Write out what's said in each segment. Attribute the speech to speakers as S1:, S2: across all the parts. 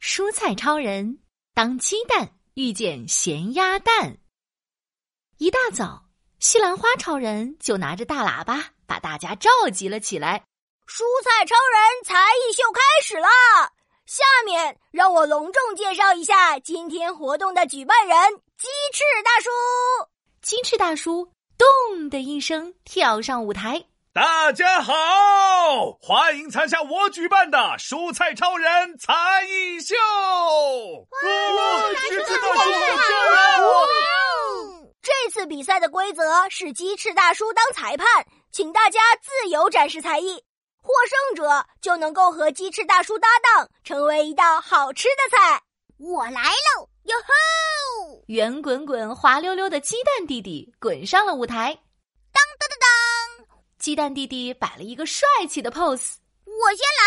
S1: 蔬菜超人当鸡蛋遇见咸鸭蛋。一大早，西兰花超人就拿着大喇叭把大家召集了起来。
S2: 蔬菜超人才艺秀开始啦！下面让我隆重介绍一下今天活动的举办人——鸡翅大叔。
S1: 鸡翅大叔咚的一声跳上舞台。
S3: 大家好，欢迎参加我举办的蔬菜超人才艺秀！
S4: 哇，鸡翅大叔
S2: 好棒哦！这次比赛的规则是鸡翅大叔当裁判，请大家自由展示才艺，获胜者就能够和鸡翅大叔搭档，成为一道好吃的菜。
S5: 我来喽，哟吼！
S1: 圆滚滚、滑溜溜的鸡蛋弟弟滚上了舞台。
S5: 当当当当！
S1: 鸡蛋弟弟摆了一个帅气的 pose。
S5: 我先来，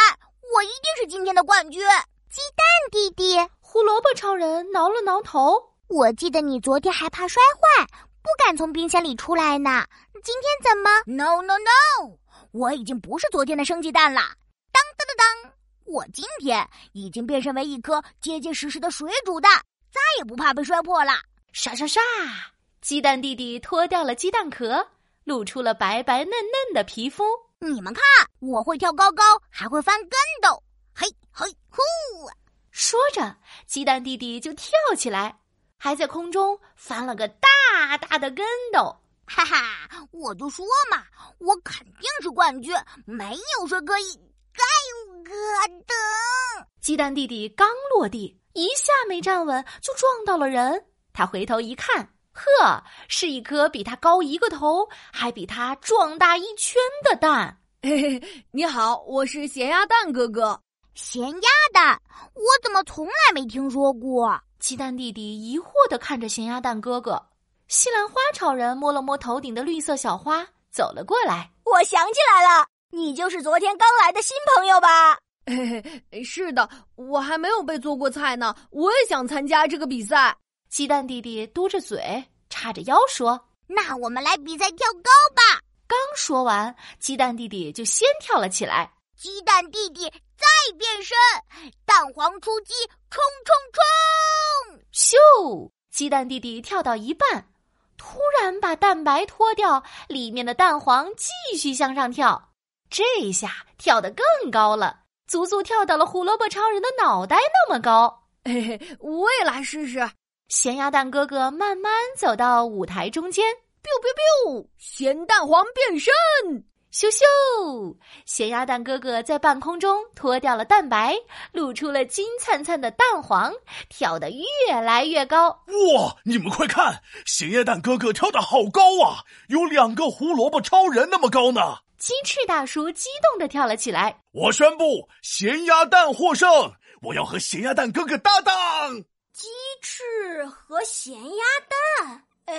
S5: 我一定是今天的冠军。
S6: 鸡蛋弟弟，
S1: 胡萝卜超人挠了挠头。
S6: 我记得你昨天还怕摔坏，不敢从冰箱里出来呢。今天怎么
S5: ？No No No！我已经不是昨天的生鸡蛋了。当当当当！我今天已经变身为一颗结结实实的水煮蛋，再也不怕被摔破了。
S1: 刷刷刷！鸡蛋弟弟脱掉了鸡蛋壳，露出了白白嫩嫩的皮肤。
S5: 你们看，我会跳高高，还会翻跟斗。嘿嘿呼！
S1: 说着，鸡蛋弟弟就跳起来，还在空中翻了个大大的跟斗。
S5: 哈哈，我就说嘛，我肯定是冠军，没有谁可以。盖可的！
S1: 鸡蛋弟弟刚落地，一下没站稳，就撞到了人。他回头一看，呵，是一颗比他高一个头，还比他壮大一圈的蛋。
S7: 嘿嘿， 你好，我是咸鸭蛋哥哥。
S5: 咸鸭蛋，我怎么从来没听说过？
S1: 鸡蛋弟弟疑惑的看着咸鸭蛋哥哥。西兰花超人摸了摸头顶的绿色小花，走了过来。
S2: 我想起来了。你就是昨天刚来的新朋友吧？
S7: 是的，我还没有被做过菜呢。我也想参加这个比赛。
S1: 鸡蛋弟弟嘟着嘴，叉着腰说：“
S5: 那我们来比赛跳高吧！”
S1: 刚说完，鸡蛋弟弟就先跳了起来。
S5: 鸡蛋弟弟再变身，蛋黄出击，冲
S1: 冲！
S5: 冲
S1: 咻！鸡蛋弟弟跳到一半，突然把蛋白脱掉，里面的蛋黄继续向上跳。这一下跳得更高了，足足跳到了胡萝卜超人的脑袋那么高。
S7: 嘿嘿，我也来试试。
S1: 咸鸭蛋哥哥慢慢走到舞台中间
S7: ，biu biu biu，咸哦蛋黄变身，
S1: 咻咻！咸鸭蛋哥哥在半空中脱掉了蛋白，露出了金灿灿的蛋黄，跳得越来越高。
S3: 哇，你们快看，咸鸭蛋哥哥跳得好高啊，有两个胡萝卜超人那么高呢。
S1: 鸡翅大叔激动的跳了起来。
S3: 我宣布，咸鸭蛋获胜！我要和咸鸭蛋哥哥搭档。
S2: 鸡翅和咸鸭蛋，哎，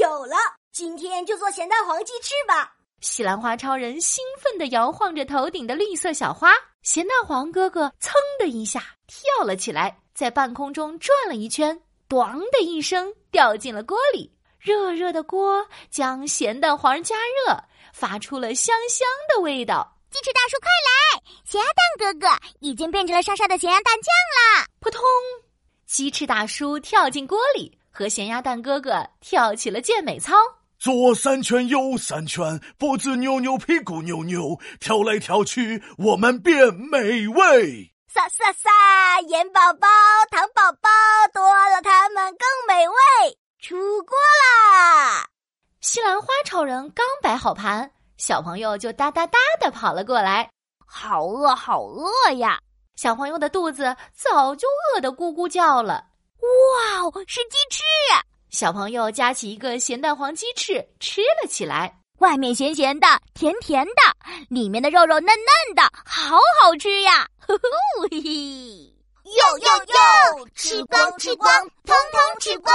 S2: 有了！今天就做咸蛋黄鸡翅吧。
S1: 西兰花超人兴奋的摇晃着头顶的绿色小花。咸蛋黄哥哥噌的一下跳了起来，在半空中转了一圈，咣的一声掉进了锅里。热热的锅将咸蛋黄加热。发出了香香的味道。
S5: 鸡翅大叔，快来！咸鸭蛋哥哥已经变成了莎莎的咸鸭蛋酱啦！
S1: 扑通，鸡翅大叔跳进锅里，和咸鸭蛋哥哥跳起了健美操。
S3: 左三圈，右三圈，脖子扭扭，屁股扭扭，跳来跳去，我们变美味。
S2: 撒撒撒，盐宝宝、糖宝宝，多了它们更美味。出锅啦！
S1: 西兰花超人刚摆好盘，小朋友就哒哒哒的跑了过来。
S5: 好饿，好饿呀！
S1: 小朋友的肚子早就饿得咕咕叫了。
S5: 哇哦，是鸡翅！
S1: 小朋友夹起一个咸蛋黄鸡翅吃了起来，
S5: 外面咸咸的，甜甜的，里面的肉肉嫩嫩的，好好吃呀！呼呼嘿嘿！
S4: 哟哟哟，吃光吃光，通通吃光！